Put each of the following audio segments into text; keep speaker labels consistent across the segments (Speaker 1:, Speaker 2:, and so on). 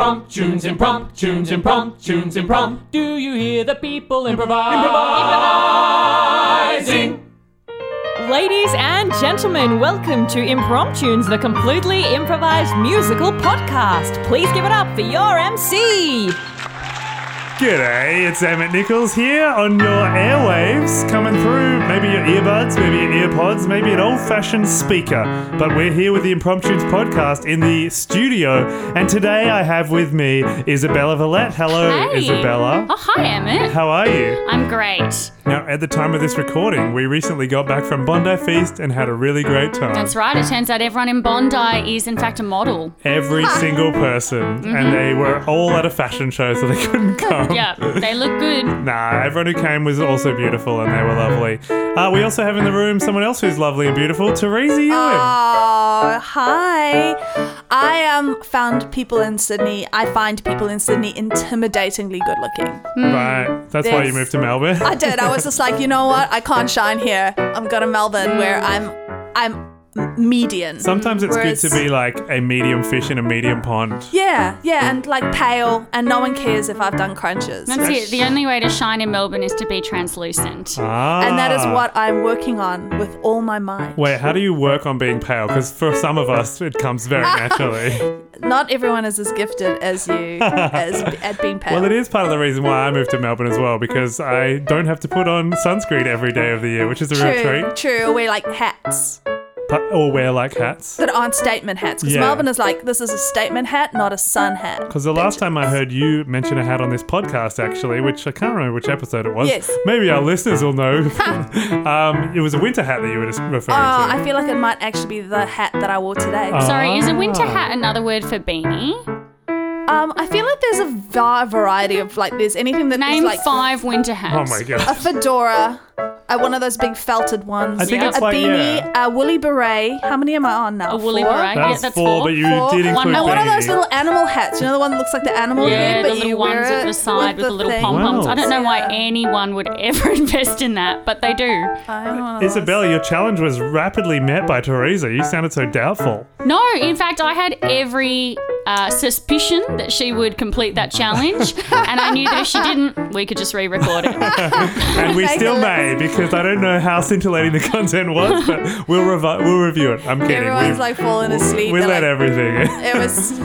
Speaker 1: Impromptunes, impromptunes, impromptunes, impromptunes.
Speaker 2: Do you hear the people improvise?
Speaker 1: Improvising.
Speaker 3: Ladies and gentlemen, welcome to Impromptunes, the completely improvised musical podcast. Please give it up for your MC.
Speaker 4: G'day, it's Emmett Nichols here on your airwaves, coming through maybe your earbuds, maybe your earpods, maybe an old fashioned speaker. But we're here with the Impromptu's podcast in the studio, and today I have with me Isabella Valette. Hello,
Speaker 5: Hey.
Speaker 4: Isabella.
Speaker 5: Oh, hi, Emmett.
Speaker 4: How are you?
Speaker 5: I'm great.
Speaker 4: Now, at the time of this recording, we recently got back from Bondi Feast and had a really great time.
Speaker 5: That's right. It turns out everyone in Bondi is, in fact, a model.
Speaker 4: Every single person, and they were all at a fashion show, so they couldn't come.
Speaker 5: Mm-hmm. Yeah, they look good.
Speaker 4: Nah, everyone who came was also beautiful and they were lovely. Uh, we also have in the room someone else who's lovely and beautiful, Teresa Ewing.
Speaker 6: Oh, hi. I um found people in Sydney. I find people in Sydney intimidatingly good looking.
Speaker 4: right, that's why you
Speaker 6: There's-
Speaker 4: moved to Melbourne.
Speaker 6: mm, I did. I was just like, you know what? I can't shine here. I'm going to Melbourne where I'm I'm median.
Speaker 4: Hmm. Sometimes it's
Speaker 6: Whereas-
Speaker 4: good to be like a medium fish in a medium pond.
Speaker 6: Yeah, yeah, and like pale, and no one cares if I've done crunches.
Speaker 5: That's it. The only way to shine in Melbourne is to be translucent.
Speaker 4: Ah.
Speaker 6: And that is what I'm working on with all my might.
Speaker 4: Wait, how do you work on being pale? Because for some of us, it comes very naturally.
Speaker 6: Not everyone is as gifted as you as at being pale.
Speaker 4: well, it is part of the reason why I moved to Melbourne as well, because I don't have to put on sunscreen every day of the year, which is a real
Speaker 6: True,
Speaker 4: treat.
Speaker 6: true. We like hats.
Speaker 4: But- Or wear like hats.
Speaker 6: that aren't statement hats because
Speaker 4: Yeah.
Speaker 6: Melbourne is like this is a statement hat, not a sun hat.
Speaker 4: Because the last time I heard you mention a hat on this podcast, actually, which I can't remember which episode it was.
Speaker 6: Yes.
Speaker 4: Maybe our listeners will know. um, it was a winter hat that you were just referring
Speaker 6: Oh,
Speaker 4: to.
Speaker 6: I feel like it might actually be the hat that I wore today.
Speaker 5: Sorry, is a winter
Speaker 4: Ah.
Speaker 5: hat another word for beanie?
Speaker 6: Um, I feel like there's a va- variety of like there's anything that is
Speaker 5: Name
Speaker 6: like
Speaker 5: five winter
Speaker 4: oh
Speaker 5: hats.
Speaker 4: my
Speaker 6: a
Speaker 4: god.
Speaker 6: fedora, uh, one of those big felted ones,
Speaker 4: I think
Speaker 5: Yeah.
Speaker 4: it's
Speaker 6: a
Speaker 4: like
Speaker 6: beanie,
Speaker 4: yeah.
Speaker 6: a woolly beret. How many am I on now?
Speaker 5: A woolly
Speaker 6: Four?
Speaker 4: That's,
Speaker 5: beret. yeah, that's
Speaker 4: four,
Speaker 5: four.
Speaker 4: but you
Speaker 6: Four.
Speaker 4: did include
Speaker 6: And one of
Speaker 4: beanie.
Speaker 6: those little animal hats. You know the one that looks like the animal
Speaker 5: Yeah,
Speaker 6: head, but
Speaker 5: the
Speaker 6: you
Speaker 5: little
Speaker 6: wear
Speaker 5: ones
Speaker 6: it
Speaker 5: at the side with the, little
Speaker 6: thing.
Speaker 5: pom poms.
Speaker 4: Wow.
Speaker 5: I don't know why
Speaker 6: Yeah.
Speaker 5: anyone would ever invest in that, but they do.
Speaker 6: I'm one of those.
Speaker 4: Isabella, your challenge was rapidly met by Teresa. You sounded so doubtful.
Speaker 5: No, in fact, I had every uh, suspicion that she would complete that challenge, and I knew that if she didn't, we could just re record it.
Speaker 4: And we
Speaker 6: Make
Speaker 4: still
Speaker 6: a
Speaker 4: may, because I don't know how scintillating the content was, but we'll, revi- we'll review it. I'm kidding.
Speaker 6: Everyone's
Speaker 4: we
Speaker 6: like falling asleep.
Speaker 4: we
Speaker 6: They're
Speaker 4: let
Speaker 6: like,
Speaker 4: everything in.
Speaker 6: It was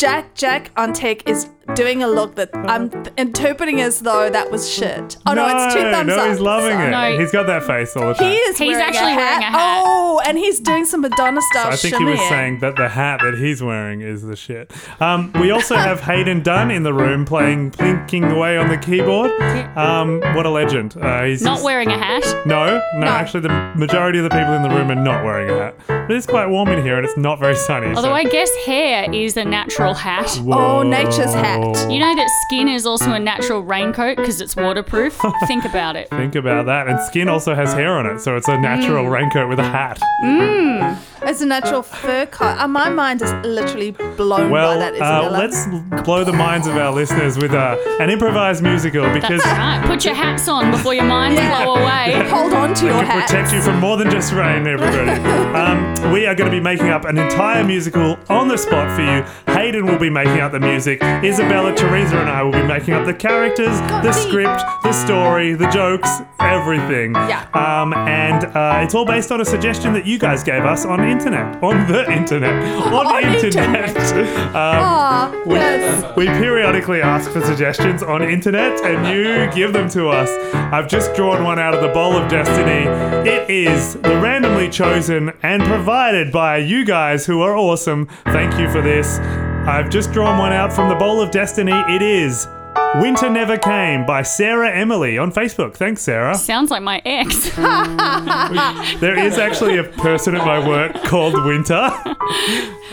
Speaker 6: Jack. Jack on tech is doing a look that I'm th- interpreting as though that was shit. Oh no, it's two thumbs
Speaker 4: no,
Speaker 6: up.
Speaker 4: he's loving
Speaker 6: So-
Speaker 4: it.
Speaker 5: No.
Speaker 4: He's got that face all the time.
Speaker 6: He is.
Speaker 5: He's
Speaker 6: wearing
Speaker 5: actually
Speaker 6: a
Speaker 5: wearing
Speaker 6: hat.
Speaker 5: a hat.
Speaker 6: Oh, and he's doing some Madonna style.
Speaker 4: I think he was saying that the hat that he's wearing is the shit. Um, we also have Hayden Dunn in the room playing plinking away on the keyboard. Um, what a legend! Uh, he's
Speaker 5: Not
Speaker 4: just-
Speaker 5: wearing a hat.
Speaker 4: No, no, Actually, the majority of the people in the room are not wearing a hat. But it's quite warm in here, and it's not very sunny.
Speaker 5: Although
Speaker 4: so-
Speaker 5: I guess hair is a natural hat.
Speaker 6: Oh, nature's hat.
Speaker 4: Whoa.
Speaker 5: You know that skin is also a natural raincoat because it's waterproof? Think about it.
Speaker 4: Think about that. And skin also has hair on it, so it's a natural raincoat with a hat.
Speaker 6: it's a natural fur coat. Uh, my mind is literally blown by
Speaker 4: Well,
Speaker 6: that.
Speaker 4: uh,
Speaker 6: Isabella.
Speaker 4: let's blow the minds of our listeners with uh, an improvised musical because
Speaker 5: Right, put your hats on before your minds
Speaker 6: Yeah.
Speaker 5: blow away.
Speaker 6: hold on to your
Speaker 4: can
Speaker 6: hat.
Speaker 4: protect you from more than just rain, everybody. um, we are going to be making up an entire musical on the spot for you. Hayden will be making up the music. Isabella, Teresa, and I will be making up the characters, the
Speaker 6: Golly.
Speaker 4: script, the story, the jokes, everything.
Speaker 6: Yeah.
Speaker 4: Um, and uh, it's all based on a suggestion that you guys gave us on internet, on the internet, on,
Speaker 6: On
Speaker 4: internet. um,
Speaker 6: Aw,
Speaker 4: we,
Speaker 6: Ah, yes.
Speaker 4: we periodically ask for suggestions on internet and you give them to us. I've just drawn one out of the bowl of destiny. It is the randomly chosen and provided by you guys who are awesome. Thank you for this. I've just drawn one out from the bowl of destiny. It is Winter Never Came by Sarah Emily on Facebook. Thanks, Sarah.
Speaker 5: Sounds like my ex.
Speaker 4: There is actually a person at my work called Winter.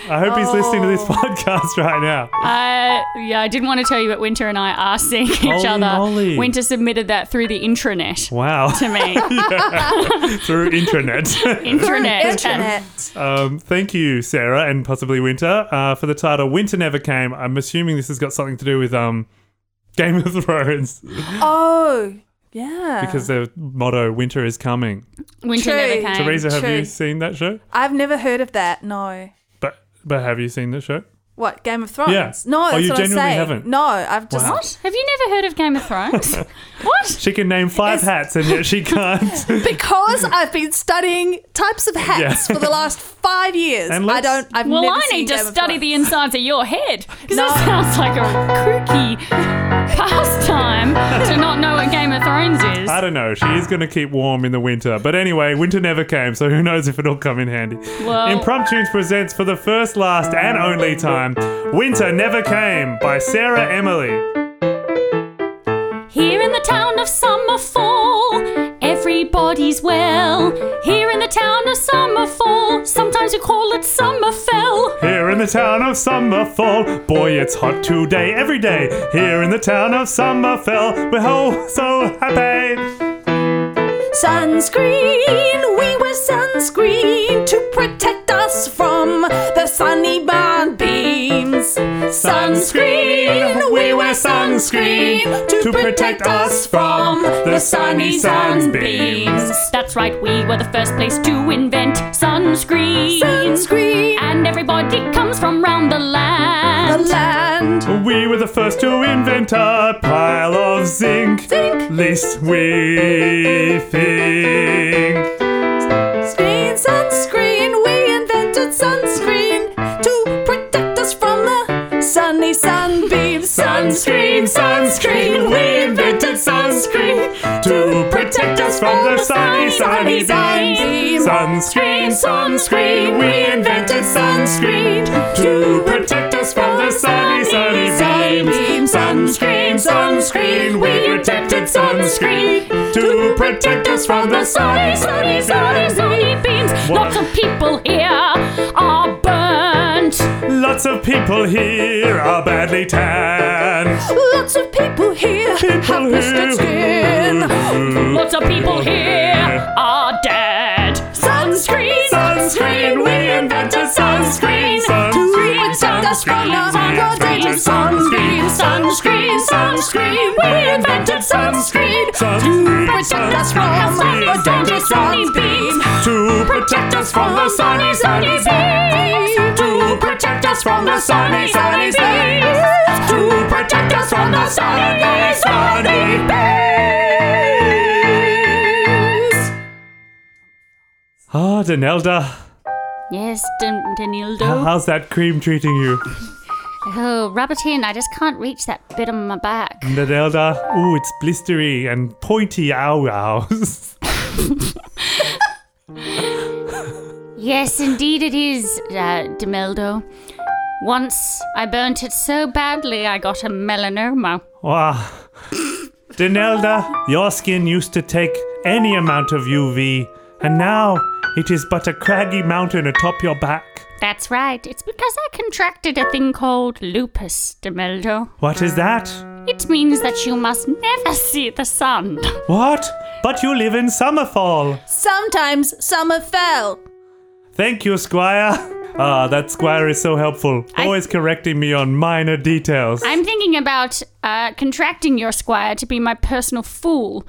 Speaker 4: I hope he's listening to this podcast right now.
Speaker 5: Uh, yeah, I didn't want to tell you, but Winter and I are seeing each
Speaker 4: Holy
Speaker 5: other.
Speaker 4: moly.
Speaker 5: Winter submitted that through the intranet
Speaker 4: Wow.
Speaker 5: to me.
Speaker 4: Through intranet.
Speaker 5: intranet.
Speaker 6: Internet.
Speaker 4: Um, thank you, Sarah, and possibly Winter, uh, for the title "Winter Never Came." I'm assuming this has got something to do with um, Game of Thrones
Speaker 6: Oh, yeah.
Speaker 4: because the motto "Winter is coming."
Speaker 5: Winter
Speaker 6: True.
Speaker 5: never came.
Speaker 4: Teresa, have
Speaker 6: true.
Speaker 4: you seen that show?
Speaker 6: I've never heard of that. No.
Speaker 4: But but have you seen the show?
Speaker 6: What Game of Thrones?
Speaker 4: Yeah.
Speaker 6: No,
Speaker 4: Oh,
Speaker 6: that's
Speaker 4: you
Speaker 6: what I'm
Speaker 4: genuinely
Speaker 6: saying.
Speaker 4: haven't?
Speaker 6: No, I've just
Speaker 4: Wow.
Speaker 5: What? Have you never heard of Game of Thrones? what?
Speaker 4: She can name five hats and yet she can't.
Speaker 6: because I've been studying types of hats
Speaker 4: Yeah.
Speaker 6: for the last five years.
Speaker 4: And
Speaker 6: I
Speaker 4: let's-
Speaker 6: don't. I've
Speaker 5: Well,
Speaker 6: never
Speaker 5: I
Speaker 6: seen
Speaker 5: need to
Speaker 6: Game of
Speaker 5: study
Speaker 6: Thrones.
Speaker 5: the insides of your head because
Speaker 6: No.
Speaker 5: that sounds like a kooky pastime to not know what Game of Thrones is.
Speaker 4: I don't know. She is going to keep warm in the winter. But anyway, winter never came, so who knows if it'll come in handy.
Speaker 5: Well-
Speaker 4: Impromptu's presents for the first, last, and only time Winter Never Came by Sarah Emily.
Speaker 5: Here in the town of Summerfall, everybody's well. Here in the town of Summerfall, sometimes you call it Summerfell.
Speaker 4: Here in the town of Summerfall, boy, it's hot today, every day. Here in the town of Summerfell, we're all so happy.
Speaker 6: Sunscreen, we wear sunscreen to protect us from the sunny burn beams. Sunscreen, we wear sunscreen to protect us from the sunny sunbeams.
Speaker 5: That's right, we were the first place to invent sunscreen.
Speaker 6: Sunscreen,
Speaker 5: And everybody comes from round the
Speaker 6: the
Speaker 5: land.
Speaker 6: land.
Speaker 4: We were the first to invent a pile of zinc.
Speaker 6: Zinc.
Speaker 4: Least we think.
Speaker 6: Sunscreen, sunscreen, we invented sunscreen to protect us from the sunny sunbeams.
Speaker 4: Sunscreen, sunscreen, we invented sunscreen to protect us from the sunny, sunny beams. Sunscreen, sunscreen, we invented sunscreen to protect us from the sunny, sunny beams. Sunscreen, sunscreen, we protected sunscreen to protect us from the sunny, sunny, sunny,
Speaker 5: sunny beams. Lots of people here are burnt.
Speaker 4: Lots of people here are badly tanned.
Speaker 6: Lots of people here have blistered skin.
Speaker 4: Sunscreen,
Speaker 5: Lots of people here are dead. Sunscreen,
Speaker 4: sunscreen, we invented sunscreen. Sunscreen,
Speaker 6: protect us from the
Speaker 4: invented
Speaker 5: sunscreen, sunscreen, sunscreen. We invented sunscreen
Speaker 4: Sunscreen,
Speaker 5: protect us from
Speaker 4: sunscreen,
Speaker 5: the sunny, sunny, sunny beams.
Speaker 4: To protect us from the sunny, sunny beams. To protect us from the sunny, sunny beams. To protect us from the sunny, sunny beams. Ah, Danelda,
Speaker 5: Yes, Dan- Danildo.
Speaker 4: how's that cream treating you?
Speaker 5: Oh, rub it in. I just can't reach that bit on my back.
Speaker 4: Danelda, ooh, it's blistery and pointy ow ows.
Speaker 5: Yes, indeed it is, uh, Demeldo. Once I burnt it so badly I got a melanoma.
Speaker 4: Wow. Danelda, your skin used to take any amount of UV, and now it is but a craggy mountain atop your back.
Speaker 5: That's right. It's because I contracted a thing called lupus, Demeldo.
Speaker 4: What is that?
Speaker 5: It means that you must never see the sun.
Speaker 4: What? But you live in Summerfall.
Speaker 6: Sometimes summer fell.
Speaker 4: Thank you, Squire. Ah, that Squire is so helpful,
Speaker 5: I-
Speaker 4: always correcting me on minor details.
Speaker 5: I'm thinking about uh, contracting your squire to be my personal fool.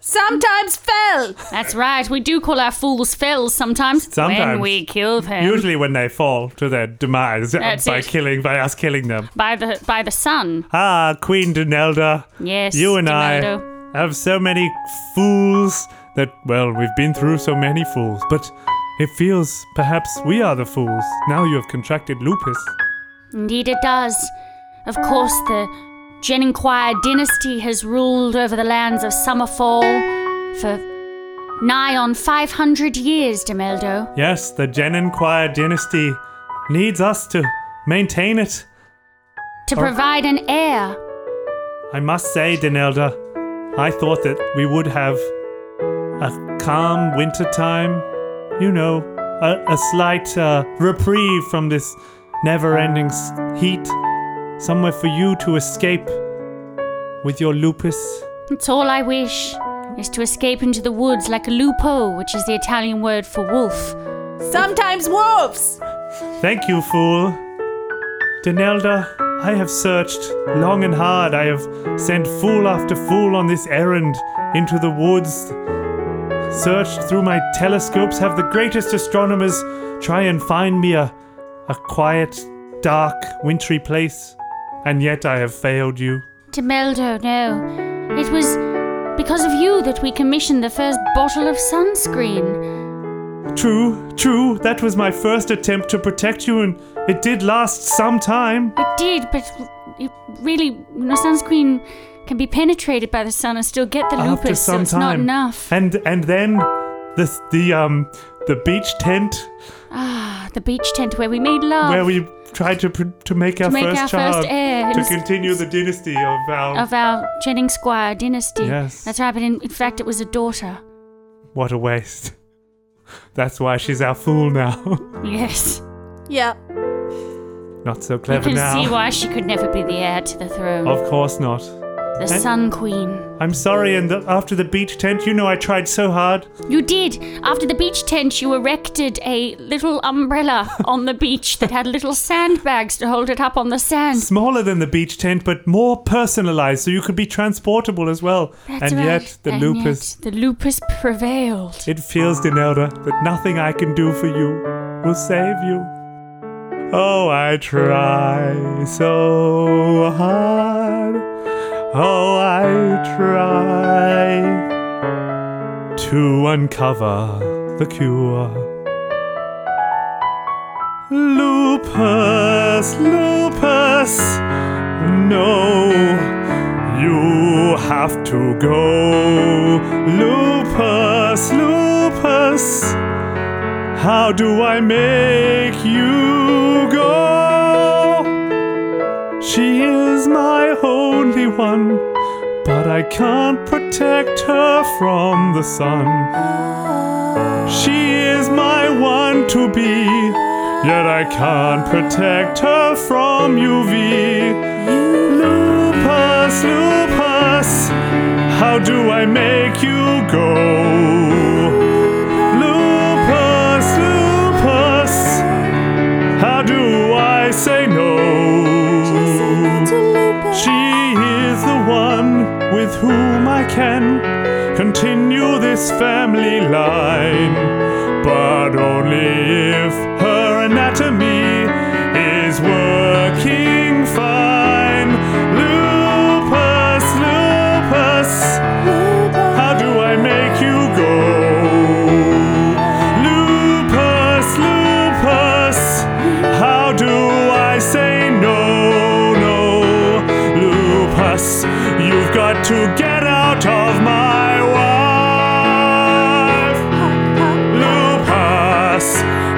Speaker 6: Sometimes fell.
Speaker 5: That's right. We do call our fools fells sometimes, when
Speaker 4: Sometimes.
Speaker 5: we kill them
Speaker 4: Usually when they fall to their demise uh,
Speaker 5: That's
Speaker 4: by
Speaker 5: it.
Speaker 4: killing by us killing them.
Speaker 5: by the by the sun.
Speaker 4: Ah, Queen Donelda,
Speaker 5: Yes,
Speaker 4: you and
Speaker 5: Donaldo.
Speaker 4: I have so many fools that well, we've been through so many fools, but it feels perhaps we are the fools. Now you have contracted lupus.
Speaker 5: Indeed, it does. Of course, the Jeninquire dynasty has ruled over the lands of Summerfall for nigh on 500 years, Demeldo.
Speaker 4: Yes, the Jeninquire dynasty needs us to maintain it.
Speaker 5: To
Speaker 4: Oh.
Speaker 5: provide an heir,
Speaker 4: I must say, Donelda, I thought that we would have a calm winter time. You know, a, a slight uh, reprieve from this never-ending s- heat. Somewhere for you to escape with your lupus.
Speaker 5: it's all I wish, is to escape into the woods like a lupo, which is the Italian word for wolf.
Speaker 6: Sometimes wolves.
Speaker 4: Thank you, fool. Donelda, I have searched long and hard. I have sent fool after fool on this errand into the woods. Searched through my telescopes, have the greatest astronomers try and find me a, a quiet dark, wintry place, and yet I have failed you.
Speaker 5: Timeldo, no. It was because of you that we commissioned the first bottle of sunscreen.
Speaker 4: True, true, that was my first attempt to protect you, and it did last some time.
Speaker 5: It did, but it really, you know, sunscreen can be penetrated by the sun and still get the
Speaker 4: After
Speaker 5: lupus, so
Speaker 4: some
Speaker 5: it's not
Speaker 4: time.
Speaker 5: enough.
Speaker 4: And and then the the um the beach tent
Speaker 5: Ah, the beach tent where we made love.
Speaker 4: where we tried to pr- to make our
Speaker 5: to make
Speaker 4: first
Speaker 5: our
Speaker 4: child
Speaker 5: first heir. It
Speaker 4: to
Speaker 5: was
Speaker 4: continue the dynasty of um, our
Speaker 5: of our Jennings Squire dynasty.
Speaker 4: Yes.
Speaker 5: That's right, but in, in fact, it was a daughter.
Speaker 4: what a waste. That's why she's our fool now.
Speaker 5: Yes.
Speaker 6: Yeah.
Speaker 4: Not so
Speaker 5: You
Speaker 4: clever
Speaker 5: can
Speaker 4: now.
Speaker 5: see why she could never be the heir to the throne.
Speaker 4: Of course not.
Speaker 5: the
Speaker 4: and-
Speaker 5: Sun Queen.
Speaker 4: I'm sorry. And the, after the beach tent, you know I tried so hard.
Speaker 5: You did. After the beach tent, you erected a little umbrella on the beach that had little sandbags to hold it up on the sand.
Speaker 4: Smaller than the beach tent, but more personalized, so you could be transportable as well.
Speaker 5: That's
Speaker 4: and
Speaker 5: right.
Speaker 4: yet, the
Speaker 5: And
Speaker 4: lupus.
Speaker 5: yet the lupus prevailed.
Speaker 4: It feels, Denelda, that nothing I can do for you will save you. Oh, I try so hard. Oh, I try to uncover the cure. Lupus, lupus, no. You have to go, Lupus, Lupus. How do I make you go? She is my only one, but I can't protect her from the sun. She is my one to be, yet I can't protect her from UV. Lupus, lupus, how do I make you go? Lupus, lupus, how do I say no? She is the one with whom I can continue this family line, but only if her anatomy is working fine. Lupus, lupus. How do I make you go? Lupus, lupus. How do I say no, no? Lupus, you've got to get out of my wife. Lupus,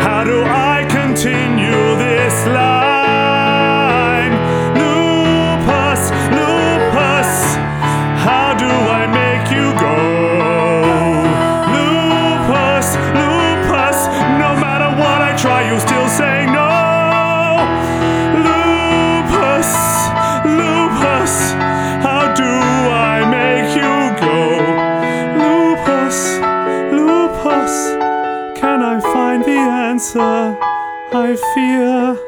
Speaker 4: how do I continue this line? Lupus, lupus. How do I make you go? Lupus, lupus, no matter what I try, you still say no. Lupus, lupus, how do I make you go? Lupus, lupus, can I find the answer? I fear.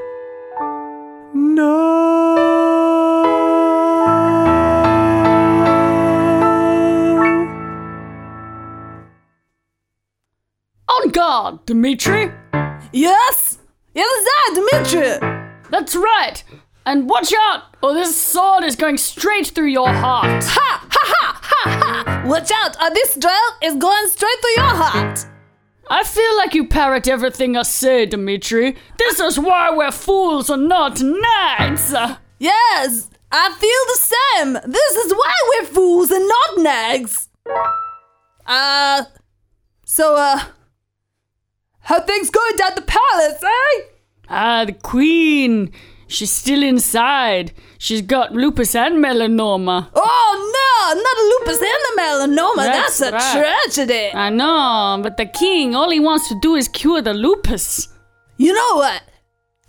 Speaker 4: No.
Speaker 3: On guard, Dimitri.
Speaker 6: Yes! Yes, that, Dimitri!
Speaker 3: That's right. And watch out, or this sword is going straight through your heart.
Speaker 6: Ha! Ha ha! Ha ha! Watch out, or this drill is going straight through your heart!
Speaker 3: I feel like you parrot everything I say, Dimitri. This is why we're fools and not knights.
Speaker 6: Yes! I feel the same! This is why we're fools and not nags! Uh. So, uh. How things going down the palace, eh?
Speaker 3: Ah, the queen. She's still inside. She's got lupus and melanoma.
Speaker 6: Oh no, not a lupus and a melanoma.
Speaker 3: That's
Speaker 6: That's, a
Speaker 3: right.
Speaker 6: tragedy.
Speaker 3: I know, but the king, all he wants to do is cure the lupus.
Speaker 6: You know what?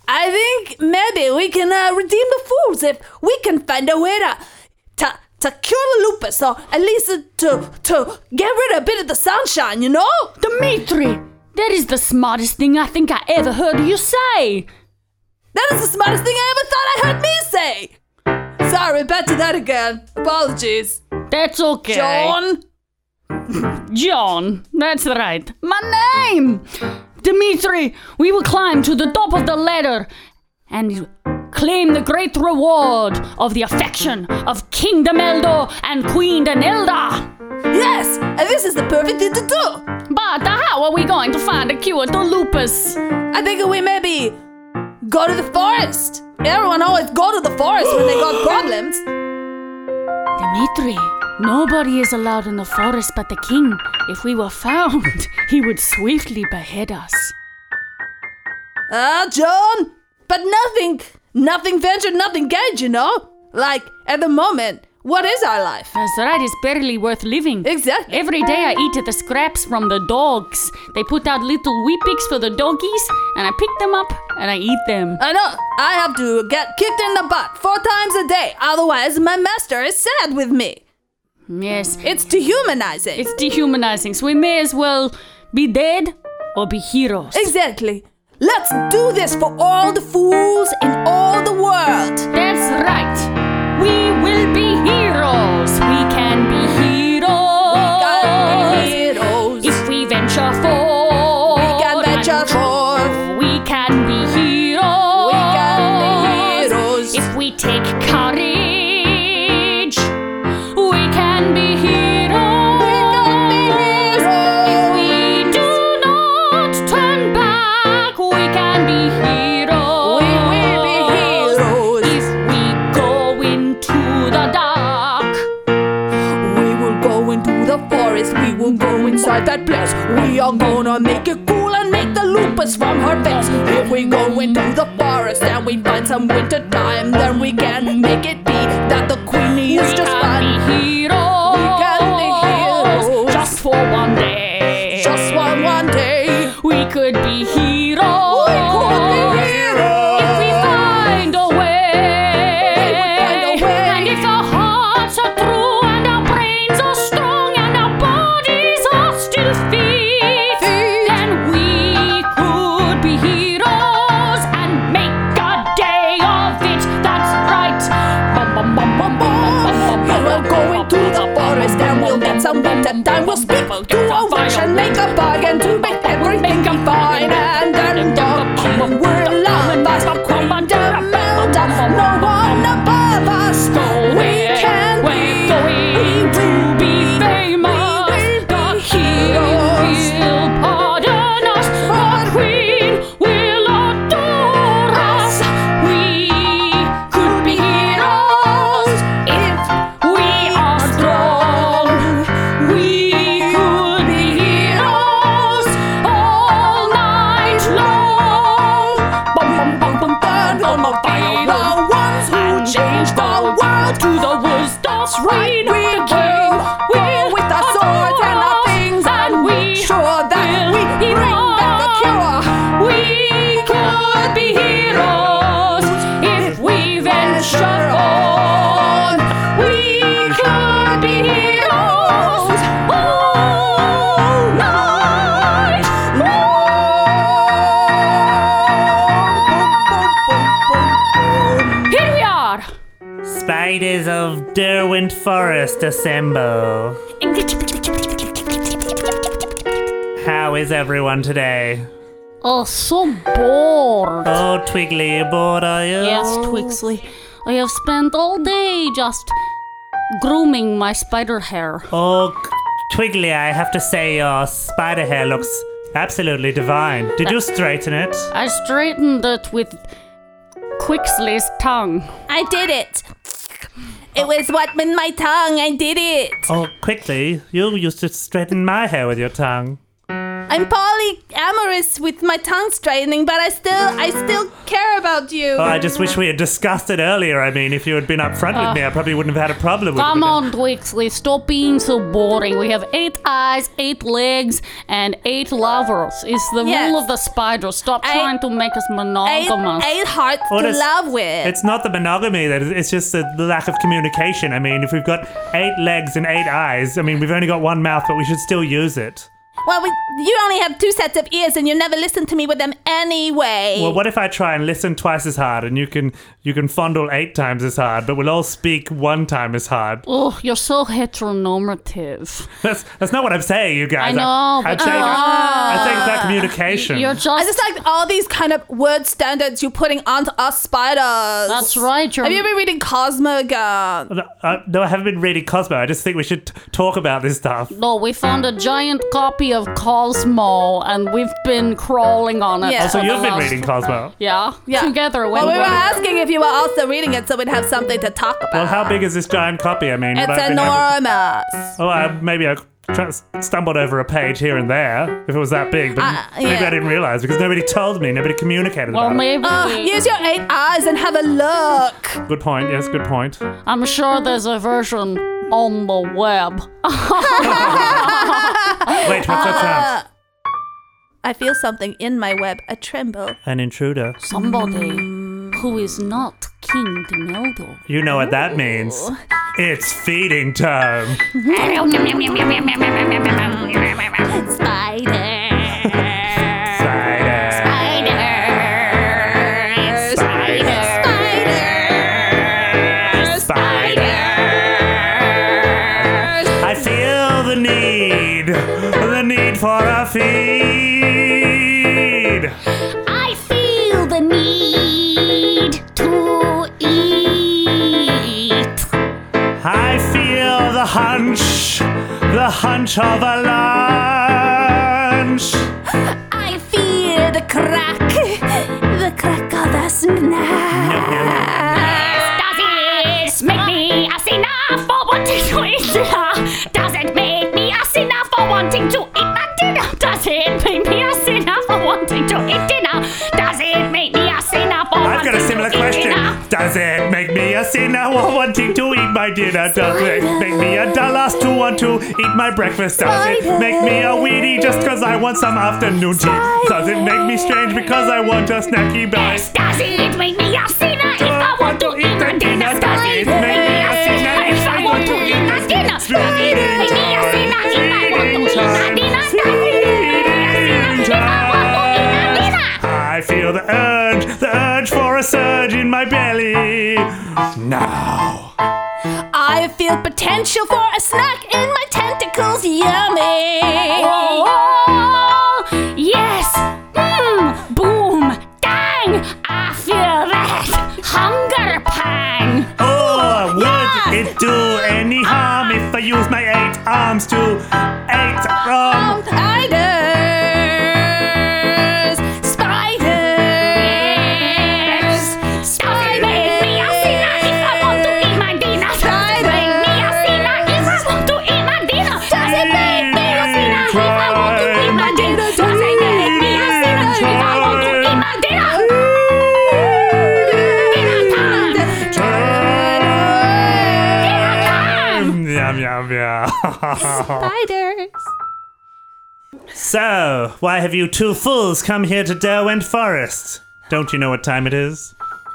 Speaker 6: I think maybe we can uh, redeem the fools if we can find a way to to, to cure the lupus or at least uh, to to get rid of a bit of the sunshine. You know?
Speaker 3: Dimitri, that is the smartest thing I think I ever heard you say.
Speaker 6: That is the smartest thing I ever thought I heard me say. Sorry, back to that again. Apologies,
Speaker 3: That's okay.
Speaker 6: John.
Speaker 3: John, that's right. My name! Dimitri, we will climb to the top of the ladder and
Speaker 5: claim the great reward of the affection of King Demeldo and Queen Danelda.
Speaker 6: Yes, and this is the perfect thing to do.
Speaker 5: But uh, how are we going to find a cure to lupus?
Speaker 6: I think we maybe go to the forest. Everyone always go to the forest when they got problems.
Speaker 5: Dimitri, nobody is allowed in the forest but the king. If we were found, he would swiftly behead us.
Speaker 6: Ah, John. But nothing, nothing ventured, nothing gained, you know? Like, at the moment, what is our life?
Speaker 5: That's right, it's barely worth living.
Speaker 6: Exactly.
Speaker 5: Every day I eat the scraps from the dogs. They put out little weepix for the doggies, and I pick them up and I eat them.
Speaker 6: I know. I have to get kicked in the butt four times a day. Otherwise, my master is sad with me.
Speaker 5: Yes,
Speaker 6: It's dehumanizing.
Speaker 5: it's dehumanizing, so we may as well be dead or be heroes.
Speaker 6: exactly. Let's do this for all the fools in all the world.
Speaker 5: That's right. We will be heroes. We can be heroes.
Speaker 6: God, be heroes.
Speaker 5: If we venture forth,
Speaker 6: We can venture forth.
Speaker 5: We can be heroes.
Speaker 6: We can be heroes.
Speaker 5: If we take courage, we can be heroes. We can be
Speaker 6: heroes.
Speaker 5: If we do not turn back, we can be heroes.
Speaker 6: We will be heroes.
Speaker 5: If we go into the dark,
Speaker 6: We will go into the forest. We will go inside that place. We are gonna make it cool and make the lupus from her face. If we go into the forest and we find some winter time, then we can make it be that the queenie is
Speaker 5: we
Speaker 6: just
Speaker 5: can
Speaker 6: fine.
Speaker 5: be heroes.
Speaker 6: We can be heroes.
Speaker 5: Just for one day.
Speaker 6: Just one one day.
Speaker 5: We could be heroes.
Speaker 6: We could be heroes.
Speaker 5: If we find a way.
Speaker 6: We would find a way.
Speaker 5: And if our hearts are true and our brains are strong and our bodies are still fit,
Speaker 6: Fit.
Speaker 5: then we could be heroes and make a day of it. That's right. Bum, bum, bum, bum, bum, bum, bum, bum,
Speaker 6: We'll
Speaker 5: bum,
Speaker 6: go
Speaker 5: bum,
Speaker 6: into
Speaker 5: bum,
Speaker 6: the
Speaker 5: bum,
Speaker 6: forest
Speaker 5: bum,
Speaker 6: and we'll
Speaker 5: bum,
Speaker 6: get
Speaker 5: bum,
Speaker 6: some
Speaker 5: bum,
Speaker 6: winter
Speaker 5: bum,
Speaker 6: time. We'll
Speaker 5: bum,
Speaker 6: speak
Speaker 5: bum,
Speaker 6: to
Speaker 5: bum,
Speaker 6: our
Speaker 5: bum,
Speaker 6: witch and
Speaker 5: bum,
Speaker 6: make a bargain to make everything be fine. And then the we're love us, queen to melt us, no one above us. We can
Speaker 5: We're
Speaker 6: be, we
Speaker 5: going
Speaker 6: will
Speaker 5: to be famous.
Speaker 6: we will
Speaker 5: The
Speaker 6: be heroes.
Speaker 5: king will pardon us. The queen will adore us. We could be heroes if we are strong. We could be heroes all night long. Bum, bum, bum, bum, bum, bum, bum,
Speaker 6: be
Speaker 5: bum,
Speaker 6: the
Speaker 5: bum.
Speaker 6: ones who change the world
Speaker 5: To the woods, that's right. the
Speaker 6: We will go with our swords and our things
Speaker 5: and we
Speaker 6: sure that
Speaker 5: will
Speaker 6: we
Speaker 5: be
Speaker 6: bring back the
Speaker 5: wrong.
Speaker 6: cure.
Speaker 5: We could be heroes if we venture on. We could be heroes all night long. Here we are.
Speaker 7: Spiders of Derwent Forest assemble. How is everyone today?
Speaker 5: Oh, so bored.
Speaker 7: Oh, Twiggly, bored are you?
Speaker 5: Yes, Twixley. I have spent all day just grooming my spider hair.
Speaker 7: Oh, Twiggly, I have to say your spider hair looks absolutely divine. Did you straighten it?
Speaker 5: I straightened it with Quixley's tongue.
Speaker 6: I did it. It was what with my tongue. I did it.
Speaker 7: Oh, quickly, you used to straighten my hair with your tongue.
Speaker 6: I'm polyamorous with my tongue straightening, but I still, I still care about you.
Speaker 7: Oh,
Speaker 5: Uh,
Speaker 7: I just wish we had discussed it earlier. I mean, if you had been upfront with me, I probably wouldn't have had a problem with
Speaker 5: Oh. Come
Speaker 7: it.
Speaker 5: on, Twixley, stop being so boring. We have eight eyes, eight legs, and eight lovers. It's the
Speaker 6: Yes.
Speaker 5: rule of the spider. Stop
Speaker 6: Eight-
Speaker 5: trying to make us
Speaker 6: Eight,
Speaker 5: monogamous.
Speaker 6: eight hearts
Speaker 7: Oh,
Speaker 6: to
Speaker 7: that's-
Speaker 6: love with.
Speaker 7: It's not the monogamy that it's just the lack of communication. I mean, if we've got eight legs and eight eyes, I mean, we've only got one mouth, but we should still use it.
Speaker 6: Well, we, you only have two sets of ears and you never listen to me with them anyway.
Speaker 4: Well, what if I try and listen twice as hard, and you can you can fondle eight times as hard, but we'll all speak one time as hard?
Speaker 5: Oh, you're so heteronormative.
Speaker 4: That's that's not what I'm saying, you guys.
Speaker 5: I know,
Speaker 4: I, I
Speaker 5: but- uh,
Speaker 4: take I take that communication.
Speaker 5: You're
Speaker 6: I
Speaker 5: just.
Speaker 6: just like all these kind of word standards you're putting onto us spiders.
Speaker 5: That's right, you're-
Speaker 6: Have you been reading Cosmogon?
Speaker 4: Uh, no, I haven't been reading Cosmo. I just think we should t- talk about this stuff.
Speaker 5: No, we found a giant copy of Cosmo and we've been crawling on it.
Speaker 6: Yeah.
Speaker 5: for
Speaker 4: Oh, So
Speaker 6: Also,
Speaker 5: the
Speaker 4: you've been
Speaker 5: last-
Speaker 4: reading Cosmo.
Speaker 5: Yeah,
Speaker 6: Yeah.
Speaker 5: together. When,
Speaker 6: Well, we were
Speaker 5: when-
Speaker 6: asking if you were also reading it, so we'd have something to talk about.
Speaker 4: Well, how big is this giant copy? I mean, would
Speaker 6: It's
Speaker 4: I have been able to-
Speaker 6: enormous.
Speaker 4: Oh, I, maybe I tr- stumbled over a page here and there if it was that big, but
Speaker 6: Uh,
Speaker 4: maybe
Speaker 6: yeah.
Speaker 4: I didn't realize because nobody told me, nobody communicated
Speaker 5: well,
Speaker 4: about
Speaker 5: maybe.
Speaker 6: Ugh, Uh, use your eight eyes and have a look.
Speaker 4: it. Good point. Yes, good point.
Speaker 5: I'm sure there's a version on the web.
Speaker 4: Wait, what's
Speaker 6: Uh.
Speaker 4: that sound?
Speaker 6: I feel something in my web. I tremble.
Speaker 4: An intruder.
Speaker 5: Somebody who is not King Demeldo.
Speaker 4: You know what that means. It's feeding time.
Speaker 5: Spider.
Speaker 4: Friday. I feel the need, the need for a feed.
Speaker 5: I feel the need to eat.
Speaker 4: I feel the hunch, the hunch of a lunch.
Speaker 5: I feel the crack, the crack of the
Speaker 8: Does it make me a sinner for wanting to eat dinner? Does it make me a sinner for wanting to eat that dinner? Does it make me a sinner for wanting to eat dinner? Does it make me a sinner for
Speaker 4: I've got
Speaker 8: wanting
Speaker 4: a similar
Speaker 8: to eat
Speaker 4: question.
Speaker 8: dinner?
Speaker 4: Does it make me a sinner for wanting to eat my dinner? Does it make me a dallas to want to eat my breakfast? Does it make me a weedy just because I want some afternoon tea? Does it make me strange because I want a snacky bite?
Speaker 8: Yes, does it make me a sinner if I want to eat
Speaker 4: the
Speaker 8: that dinner?
Speaker 4: dinner.
Speaker 8: Does it make me a sinner if I want to eat that dinner? Does it make me a sinner if I want to eat that dinner? Does it make me a sinner if I want to eat that dinner?
Speaker 4: I feel the urge, the urge for a surge in my belly. Now.
Speaker 6: I feel potential for a snack in my tentacles. Yummy.
Speaker 8: Oh, yes. Mmm. Boom. Dang. I feel that hunger pang.
Speaker 4: Oh, would it do any harm if I use my eight arms to eight um?
Speaker 6: Spiders. Spiders.
Speaker 8: Does it make me a sinner if I want to eat my dinner? Does it make me a sinner if I want to eat my dinner? Does it make me a sinner if I want to eat my dinner? Does it make me a sinner if I want to eat my dinner? Dinner time. Dinner time.
Speaker 4: Yum yum yum.
Speaker 6: Spiders.
Speaker 4: so, why have you two fools come here to Derwent Forest? Don't you know what time it is?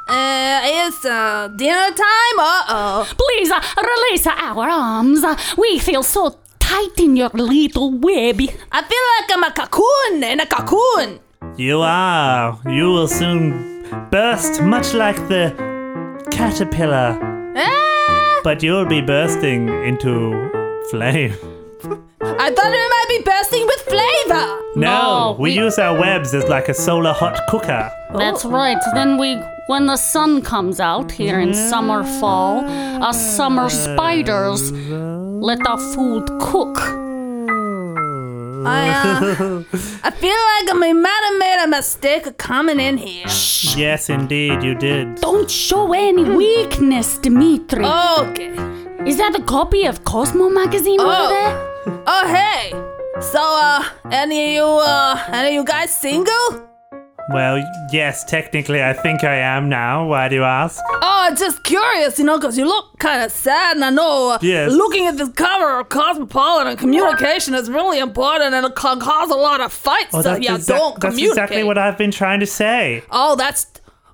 Speaker 6: Uh, it's uh, dinner time. Uh oh.
Speaker 8: Please uh, release our arms. We feel so tight in your little web.
Speaker 6: I feel like I'm a cocoon in a cocoon.
Speaker 4: You are. You will soon burst, much like the caterpillar,
Speaker 6: Ah,
Speaker 4: but you'll be bursting into flame.
Speaker 6: I thought it might be bursting with flavor.
Speaker 4: No,
Speaker 5: No,
Speaker 4: we,
Speaker 5: we-
Speaker 4: use our webs as like a solar hot cooker.
Speaker 5: That's right. Then we, when the sun comes out here in summer, fall, us summer spiders let our food cook.
Speaker 6: I, uh, I feel like I might have made a mistake coming in here.
Speaker 4: Yes, indeed, you did.
Speaker 5: Don't show any weakness, Dimitri.
Speaker 6: Okay.
Speaker 5: Is that a copy of Cosmo magazine
Speaker 6: Oh.
Speaker 5: over there?
Speaker 6: Oh hey. So uh, any of you uh, any of you guys single?
Speaker 4: Well, yes, technically, I think I am now. Why do you ask?
Speaker 6: Oh, just curious, you know, 'cause you look kind of sad, and I know uh,
Speaker 4: Yes.
Speaker 6: looking at this cover of Cosmopolitan communication is really important, and it can cause a lot of fights
Speaker 4: Oh,
Speaker 6: that you
Speaker 4: exac-
Speaker 6: don't
Speaker 4: that's
Speaker 6: communicate.
Speaker 4: exactly what I've been trying to say.
Speaker 6: oh, that's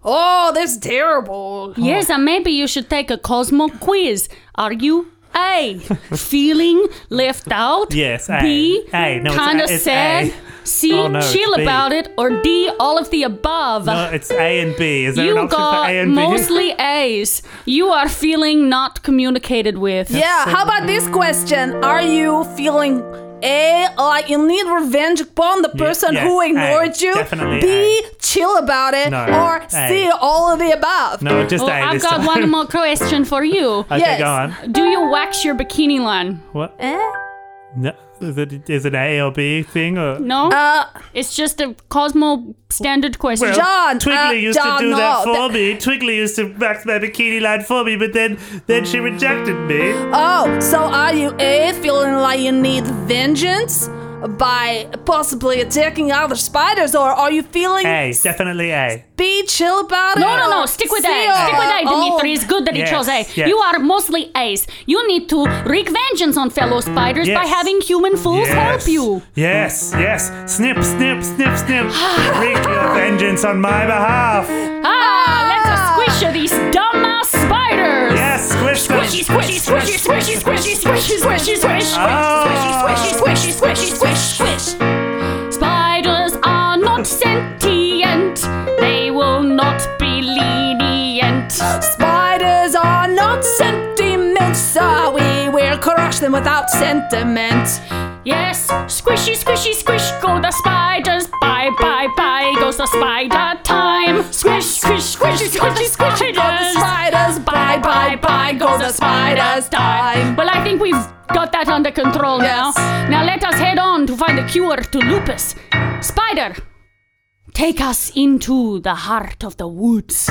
Speaker 6: oh, that's terrible.
Speaker 5: Yes, and maybe you should take a Cosmo quiz. Are you
Speaker 8: A. Feeling left out.
Speaker 4: Yes, A.
Speaker 8: B.
Speaker 4: A. No, it's
Speaker 8: kind of
Speaker 4: A- it's
Speaker 8: sad.
Speaker 4: A.
Speaker 8: C.
Speaker 4: Oh, no, it's
Speaker 8: chill
Speaker 4: B.
Speaker 8: about it. Or D. All of the above.
Speaker 4: No, it's A and B. Is there an
Speaker 8: you
Speaker 4: option
Speaker 8: got
Speaker 4: for A and B?
Speaker 8: mostly A's. You are feeling not communicated with.
Speaker 6: Yeah, how about this question? Are you feeling A, like you need revenge upon the person
Speaker 4: yes,
Speaker 6: who
Speaker 4: A,
Speaker 6: ignored you?
Speaker 4: definitely
Speaker 6: B, chill about it.
Speaker 4: No,
Speaker 6: or
Speaker 4: A.
Speaker 6: C, all of the above.
Speaker 4: No, just
Speaker 8: Well,
Speaker 4: A.
Speaker 8: Oh, I've
Speaker 4: this
Speaker 8: got
Speaker 4: time.
Speaker 8: one more question for you.
Speaker 4: Okay,
Speaker 6: Yes.
Speaker 4: go on.
Speaker 8: Do you wax your bikini line?
Speaker 4: What? No, is it is it an A or B thing or?
Speaker 8: No,
Speaker 6: Uh,
Speaker 8: it's just a Cosmo standard question.
Speaker 6: Well- John,
Speaker 4: Twiggly
Speaker 6: uh,
Speaker 4: used
Speaker 6: John,
Speaker 4: to do that
Speaker 6: no,
Speaker 4: for me. Twiggly used to wax my bikini line for me, but then then she rejected me.
Speaker 6: oh, so are you A, feeling like you need vengeance? By possibly attacking other spiders, or are you feeling
Speaker 4: A, definitely A.
Speaker 6: B, chill about it?
Speaker 8: no, no, no.
Speaker 6: or
Speaker 8: Stick with
Speaker 6: C,
Speaker 8: A.
Speaker 6: or
Speaker 8: Stick with A,
Speaker 6: all-
Speaker 8: Dimitri. It's good that he
Speaker 4: Yes,
Speaker 8: chose A.
Speaker 4: yes.
Speaker 8: You are mostly A's. You need to wreak vengeance on fellow spiders by
Speaker 4: Yes.
Speaker 8: having human fools help you.
Speaker 4: Yes, yes. Snip, snip, snip, snip. Wreak your vengeance on my behalf.
Speaker 8: Ah, let's squish these dumbass spiders.
Speaker 4: Yes, squish them.
Speaker 5: Squishy, squishy, squishy, squishy, squishy, squishy, squishy, squish.
Speaker 4: Ah.
Speaker 5: Squishy, squishy,
Speaker 6: oh,
Speaker 5: squishy, squish, squish.
Speaker 8: Spiders are not sentient. They will not be lenient.
Speaker 6: Spiders are not sentiment, so we will crush them without sentiment.
Speaker 8: Yes, squishy, squishy, squish, go the spiders. Bye, bye, bye, goes the spider time. Squish, squish, squishy, squishy, squishy,
Speaker 6: Go the
Speaker 8: spiders.
Speaker 6: spiders, bye bye bye, go the spiders time.
Speaker 8: Well, Ah. I think we've got that under control
Speaker 6: Yes.
Speaker 8: now. Now let us head on to find a cure to lupus. Spider, take us into the heart of the woods.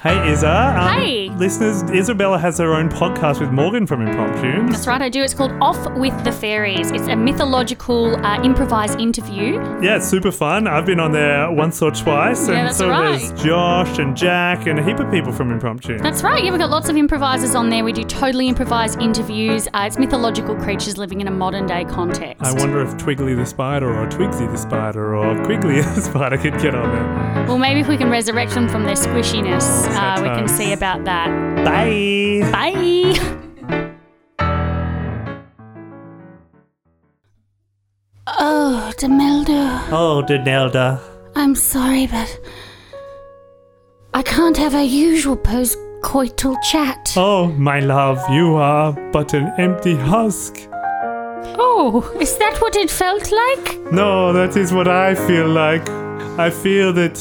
Speaker 4: Hey, Isa. Um,
Speaker 8: Hi.
Speaker 4: Listeners, Isabella has her own podcast with Morgan from Impromptu.
Speaker 8: That's right, I do. It's called Off with the Fairies. It's a mythological uh, improvised interview.
Speaker 4: Yeah, it's super fun. I've been on there once or twice.
Speaker 8: Yeah,
Speaker 4: and
Speaker 8: that's
Speaker 4: so
Speaker 8: right.
Speaker 4: there's Josh and Jack and a heap of people from Impromptu.
Speaker 8: That's right. Yeah, we've got lots of improvisers on there. We do totally improvised interviews. Uh, it's mythological creatures living in a modern day context.
Speaker 4: I wonder if Twiggly the spider or Twigsy the spider or Quiggly the spider could get on there.
Speaker 8: well, maybe if we can resurrect them from their squishiness, uh, we can
Speaker 4: times.
Speaker 8: see about that.
Speaker 4: Bye.
Speaker 8: Bye.
Speaker 5: Oh, Demelda,
Speaker 4: Oh, Donelda.
Speaker 5: I'm sorry, but I can't have our usual post-coital chat.
Speaker 4: Oh, my love, you are but an empty husk.
Speaker 5: Oh, is that what it felt like?
Speaker 4: No, that is what I feel like. I feel that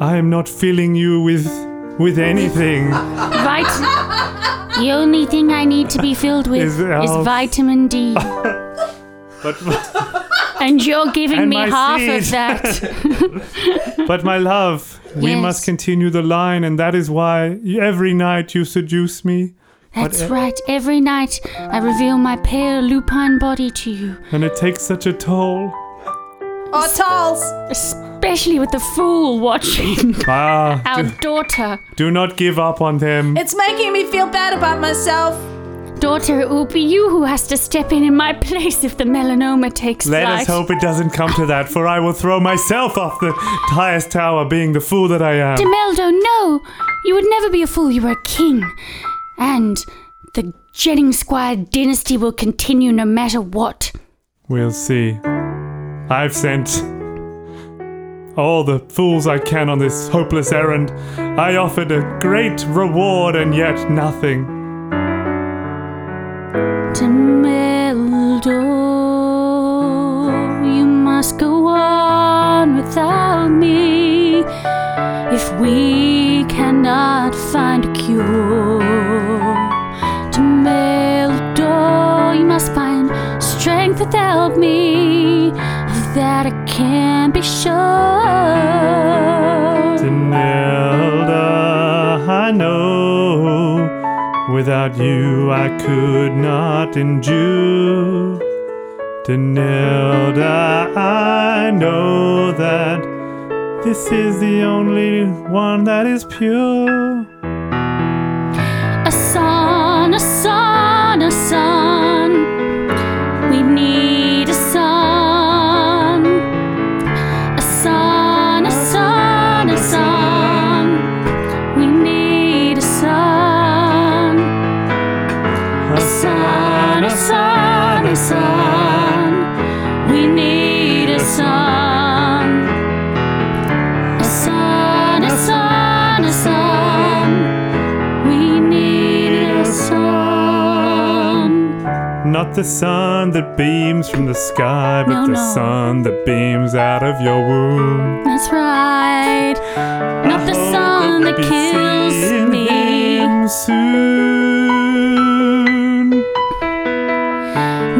Speaker 4: I am not filling you with with anything.
Speaker 5: Right. The only thing I need to be filled with
Speaker 4: Is
Speaker 5: is,
Speaker 4: it health?
Speaker 5: vitamin D,
Speaker 4: But
Speaker 5: and you're giving
Speaker 4: And
Speaker 5: me
Speaker 4: my
Speaker 5: half of
Speaker 4: seed.
Speaker 5: that.
Speaker 4: but my love, we
Speaker 5: Yes.
Speaker 4: must continue the line, and that is why every night you seduce me,
Speaker 5: That's
Speaker 4: What-
Speaker 5: right. Every night I reveal my pale lupine body to you,
Speaker 4: and it takes such a toll.
Speaker 6: Or Tals,
Speaker 8: Especially with the fool watching
Speaker 4: Ah,
Speaker 8: our daughter.
Speaker 4: do not give up on them.
Speaker 6: it's making me feel bad about myself.
Speaker 8: Daughter, it will be you who has to step in in my place if the melanoma takes
Speaker 4: Let
Speaker 8: flight.
Speaker 4: us hope it doesn't come to that, for I will throw myself off the highest tower, being the fool that I am.
Speaker 5: Demeldo. No, you would never be a fool. You are a king, and the Jennings Squire dynasty will continue no matter what.
Speaker 4: We'll see. I've sent all the fools I can on this hopeless errand. I offered a great reward and yet nothing.
Speaker 5: Demeldo, you must go on without me if we cannot find a cure. Demeldo, you must find strength without me. Of that I can be sure.
Speaker 4: Denilda, I know without you I could not endure. Denilda, I know that this is the only one that is pure.
Speaker 5: A sun, a sun, a sun. We need a sun. A sun, a sun,
Speaker 4: not the sun that beams from the sky, but
Speaker 5: No,
Speaker 4: the
Speaker 5: no.
Speaker 4: sun that beams out of your womb.
Speaker 5: That's right. Not the
Speaker 4: Hope
Speaker 5: sun
Speaker 4: we'll
Speaker 5: that
Speaker 4: be
Speaker 5: kills
Speaker 4: seeing
Speaker 5: me.
Speaker 4: him soon.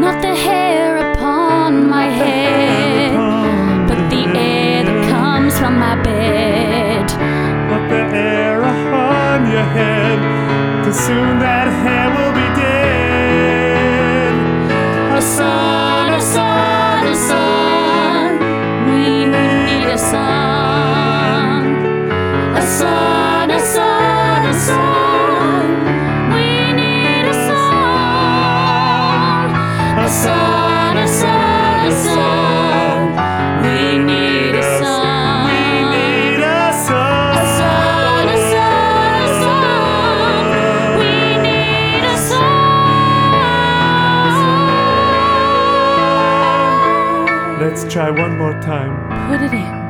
Speaker 5: Not the hair upon my head.
Speaker 4: Um,
Speaker 5: But the air that comes from my bed.
Speaker 4: But the air on your head, 'cause soon that hair will be dead.
Speaker 5: A sun, a sun, a sun. We need a sun. A sun, a sun, a sun. We need a sun. A sun, a sun, a sun. We need a sun. We
Speaker 4: Need a sun.
Speaker 5: sun, a sun, a sun. We need a sun.
Speaker 4: Let's try one more time.
Speaker 5: Put it in.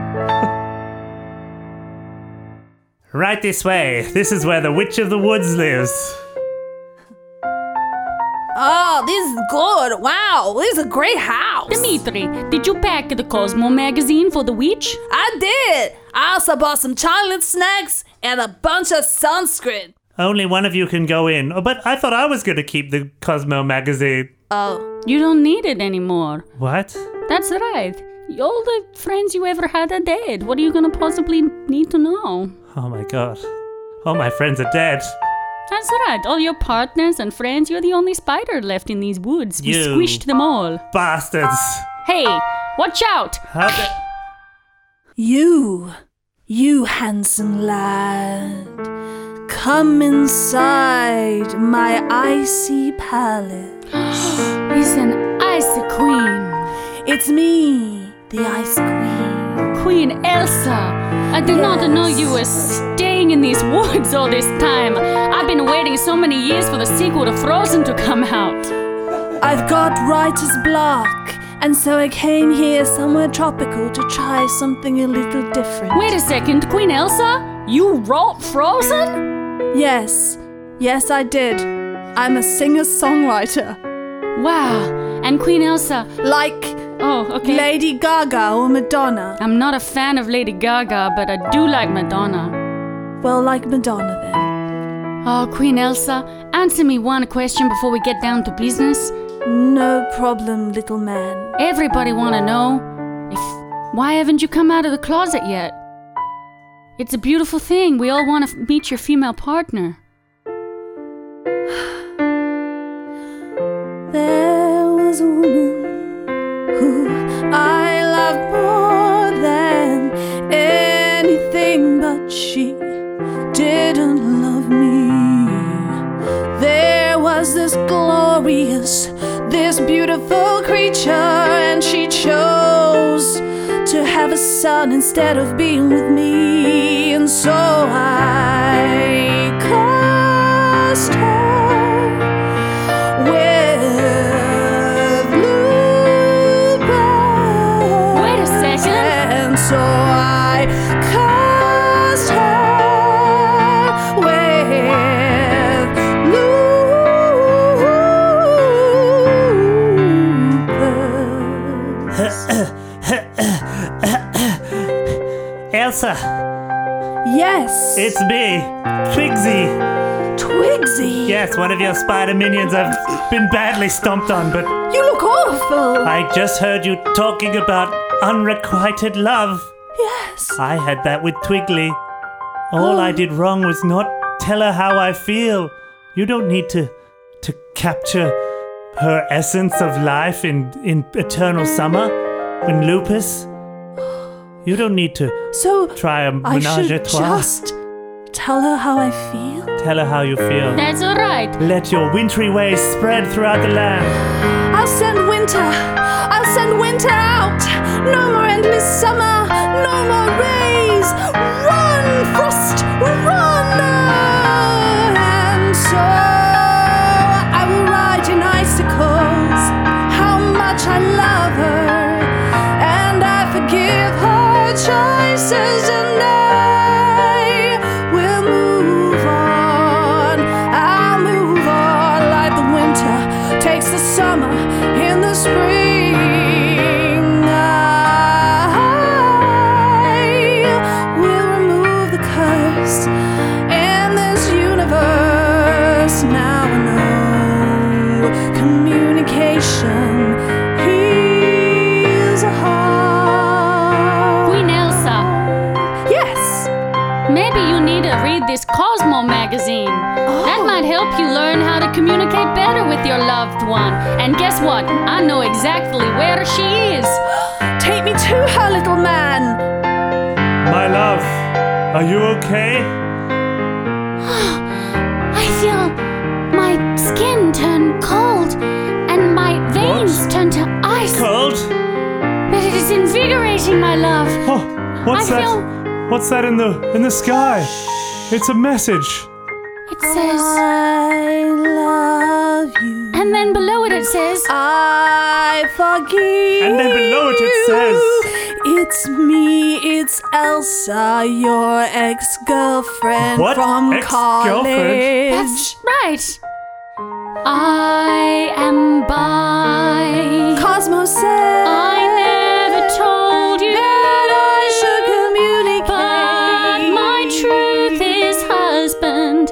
Speaker 7: Right this way. This is where the Witch of the Woods lives.
Speaker 6: Oh, this is good. Wow, this is a great house.
Speaker 5: Dimitri, did you pack the Cosmo magazine for the witch?
Speaker 6: I did. I also bought some chocolate snacks and a bunch of sunscreen.
Speaker 7: Only one of you can go in. Oh, but I thought I was going to keep the Cosmo magazine.
Speaker 6: Oh,
Speaker 5: You don't need it anymore.
Speaker 7: What?
Speaker 5: That's right. All the friends you ever had are dead. What are you gonna possibly need to know?
Speaker 7: Oh my god. All my friends are dead.
Speaker 5: That's right. All your partners and friends, you're the only spider left in these woods. We
Speaker 7: You.
Speaker 5: squished them all.
Speaker 7: Bastards.
Speaker 5: Hey, watch out!
Speaker 7: How the-
Speaker 6: you, you handsome lad, come inside my icy palace.
Speaker 5: He's an ice queen.
Speaker 6: It's me, the Ice Queen.
Speaker 5: Queen Elsa. I did not know you were staying in these woods all this time. I've been waiting so many years for the sequel to Frozen to come out.
Speaker 6: I've got writer's block, and so I came here somewhere tropical to try something a little different.
Speaker 5: Wait a second, Queen Elsa? You wrote Frozen?
Speaker 6: Yes, yes, I did. I'm a singer songwriter,
Speaker 5: Wow. And Queen Elsa.
Speaker 6: like
Speaker 5: Oh, okay.
Speaker 6: Lady Gaga or Madonna.
Speaker 5: I'm not a fan of Lady Gaga, but I do like Madonna.
Speaker 6: Well, like Madonna then.
Speaker 5: Oh, Queen Elsa, answer me one question before we get down to business.
Speaker 6: No problem, little man.
Speaker 5: Everybody want to know if why haven't you come out of the closet yet? It's a beautiful thing. We all want to f- meet your female partner.
Speaker 6: There was a woman who I loved more than anything, but she didn't love me. There was this glorious, this beautiful creature, and she chose to have a son instead of being with me. And so I cursed her with lupus.
Speaker 5: Wait a second.
Speaker 6: And so I cursed her with lupus.
Speaker 7: Elsa,
Speaker 6: Yes,
Speaker 7: it's me, Twigsy.
Speaker 6: Twigsy.
Speaker 7: Yes, one of your spider minions I've been badly stomped on, but
Speaker 6: You look awful.
Speaker 7: I just heard you talking about unrequited love.
Speaker 6: yes.
Speaker 7: I had that with Twiggly. All I did wrong was not tell her how I feel. You don't need to to capture her essence of life in in eternal summer in lupus. You don't need to
Speaker 6: So
Speaker 7: try a
Speaker 6: I
Speaker 7: menage a
Speaker 6: should
Speaker 7: trois.
Speaker 6: just tell her how I feel.
Speaker 7: Tell her how you feel.
Speaker 5: That's all right.
Speaker 7: Let your wintry ways spread throughout the land.
Speaker 6: I'll send winter. I'll send winter out. No more endless summer. No more rays. Run, frost. Run. And so I will ride in icicles. How much I love her. And I forgive her choices. And I will move on. I'll move on like the winter takes the summer
Speaker 5: Maybe you need to read this Cosmo magazine. That might help you learn how to communicate better with your loved one. And guess what? I know exactly where she is.
Speaker 6: Take me to her, little man.
Speaker 4: My love, are you okay?
Speaker 5: I feel my skin turn cold and my veins turn to ice.
Speaker 4: Cold?
Speaker 5: But it is invigorating, my love.
Speaker 4: Oh, what's
Speaker 5: I
Speaker 4: that? What's that in the in the sky? It's a message.
Speaker 5: It says,
Speaker 6: I love you.
Speaker 5: and then below it it says,
Speaker 6: I forgive.
Speaker 4: And then below it it says-
Speaker 6: you. It's me, it's Elsa, your ex girlfriend
Speaker 4: What?
Speaker 6: from
Speaker 4: Ex-girlfriend?
Speaker 6: college.
Speaker 5: That's right. I am by.
Speaker 6: Cosmo said
Speaker 5: I never told you
Speaker 6: that I should communicate.
Speaker 5: But my truth is, husband,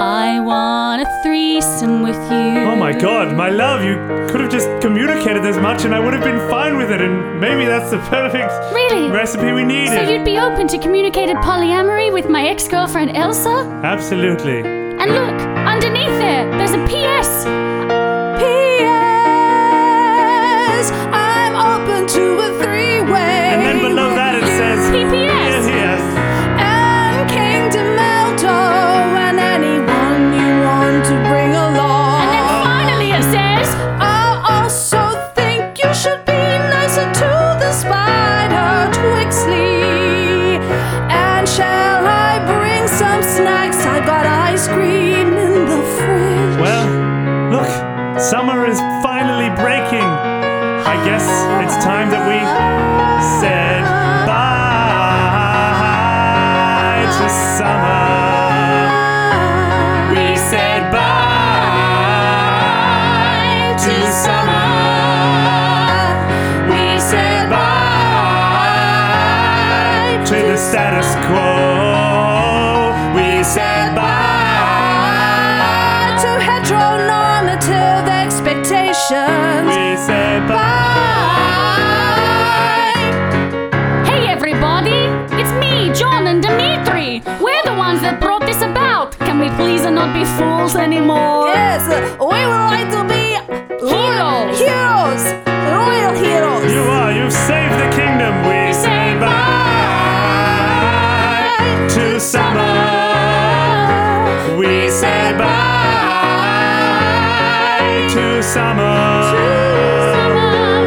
Speaker 5: I want a threesome with you.
Speaker 4: Oh my god, my love, you could have just communicated as much and I would have been fine with it, and maybe that's the perfect
Speaker 5: Really?
Speaker 4: recipe we
Speaker 5: So
Speaker 4: needed.
Speaker 5: you'd be open to communicated polyamory with my ex-girlfriend Elsa?
Speaker 4: Absolutely.
Speaker 5: And look, underneath there, there's a P.S.
Speaker 6: P.S. I'm open to a three way.
Speaker 4: And then below that it says
Speaker 5: P.P.S.
Speaker 4: Yes, yes.
Speaker 6: And Kingdom Melto and anyone you want to bring along.
Speaker 5: And then finally it says,
Speaker 6: I also think you should be nicer to the spider Twixley. And shall I bring some snacks? I've got ice cream in the fridge.
Speaker 4: Well, look, summer is finally breaking. I guess it's time that we said bye to summer. We said bye to summer. We said bye to the status quo. We said bye.
Speaker 6: to heteronormative expectations.
Speaker 4: We said bye.
Speaker 5: Hey everybody, it's me, John and Dimitri. We're the ones that brought this about. Can we please not be fools anymore?
Speaker 6: Yes, we would like to be royal
Speaker 5: Heroes.
Speaker 6: heroes, royal heroes.
Speaker 4: You are, you've saved the kingdom. We said bye to summer. We said bye to summer.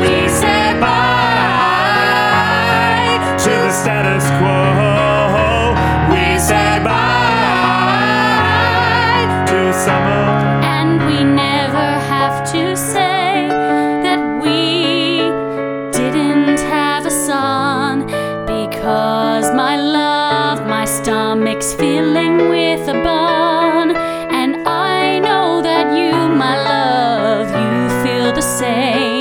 Speaker 4: We said bye to the status quo. We said bye to summer.
Speaker 5: And we never have to say that we didn't have a son because my love, my stomach's filling with a bun. And I know that you, my love, you feel the same.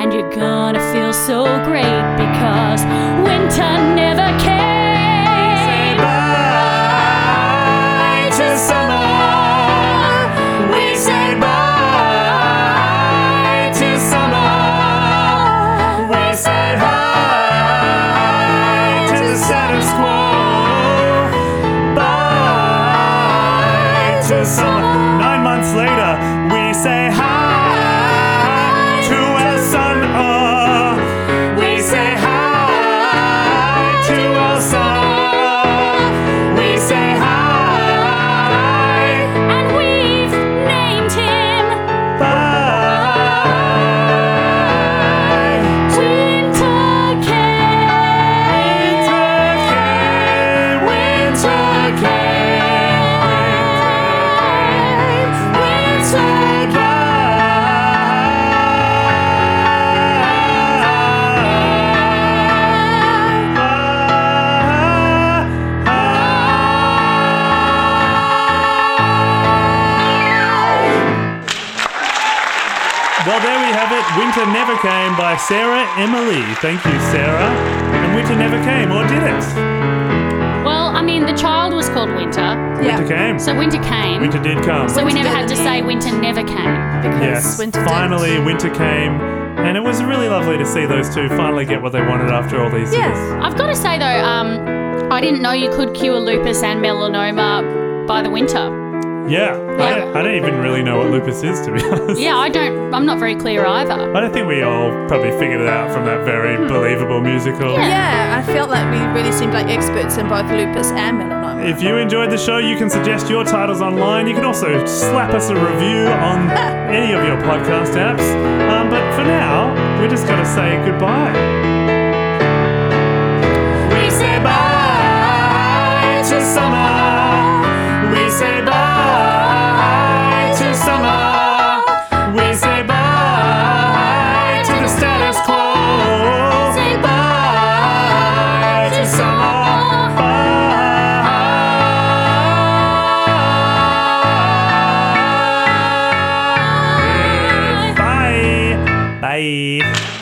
Speaker 5: And you're gonna feel so great because winter never came.
Speaker 4: Bye to summer. We said bye to summer. We said hi to the status quo. Bye to summer. Nine months later, we say hi to our son. Oh, we say hi to our son. We say hi.
Speaker 5: And we've named him.
Speaker 4: Bye.
Speaker 5: Winter came.
Speaker 4: Winter came. Winter Well, there we have it. Winter Never Came by Sarah Emily. Thank you, Sarah. And Winter Never Came, or did it?
Speaker 5: Well, I mean, the child was called Winter,
Speaker 4: Winter came.
Speaker 5: so Winter came.
Speaker 4: Winter did come.
Speaker 5: so we never had to say Winter never came.
Speaker 4: Yes,
Speaker 6: winter did.
Speaker 4: finally winter came, and it was really lovely to see those two finally get what they wanted after all these years.
Speaker 6: Yes.
Speaker 5: I've got to say though, um, I didn't know you could cure lupus and melanoma by the winter.
Speaker 4: Yeah, I don't, I don't even really know what lupus is, to be honest.
Speaker 5: Yeah, I don't. I'm not very clear either.
Speaker 4: I don't think we all probably figured it out from that very believable musical.
Speaker 6: Hmm. Yeah, I felt like we really seemed like experts in both lupus and melanoma.
Speaker 4: If you enjoyed the show, you can suggest your titles online. You can also slap us a review on any of your podcast apps. Um, but for now, we're just going to say goodbye. We say bye to summer. We say bye to summer. We say bye to the status quo. Say bye to summer. Bye. Bye. Bye.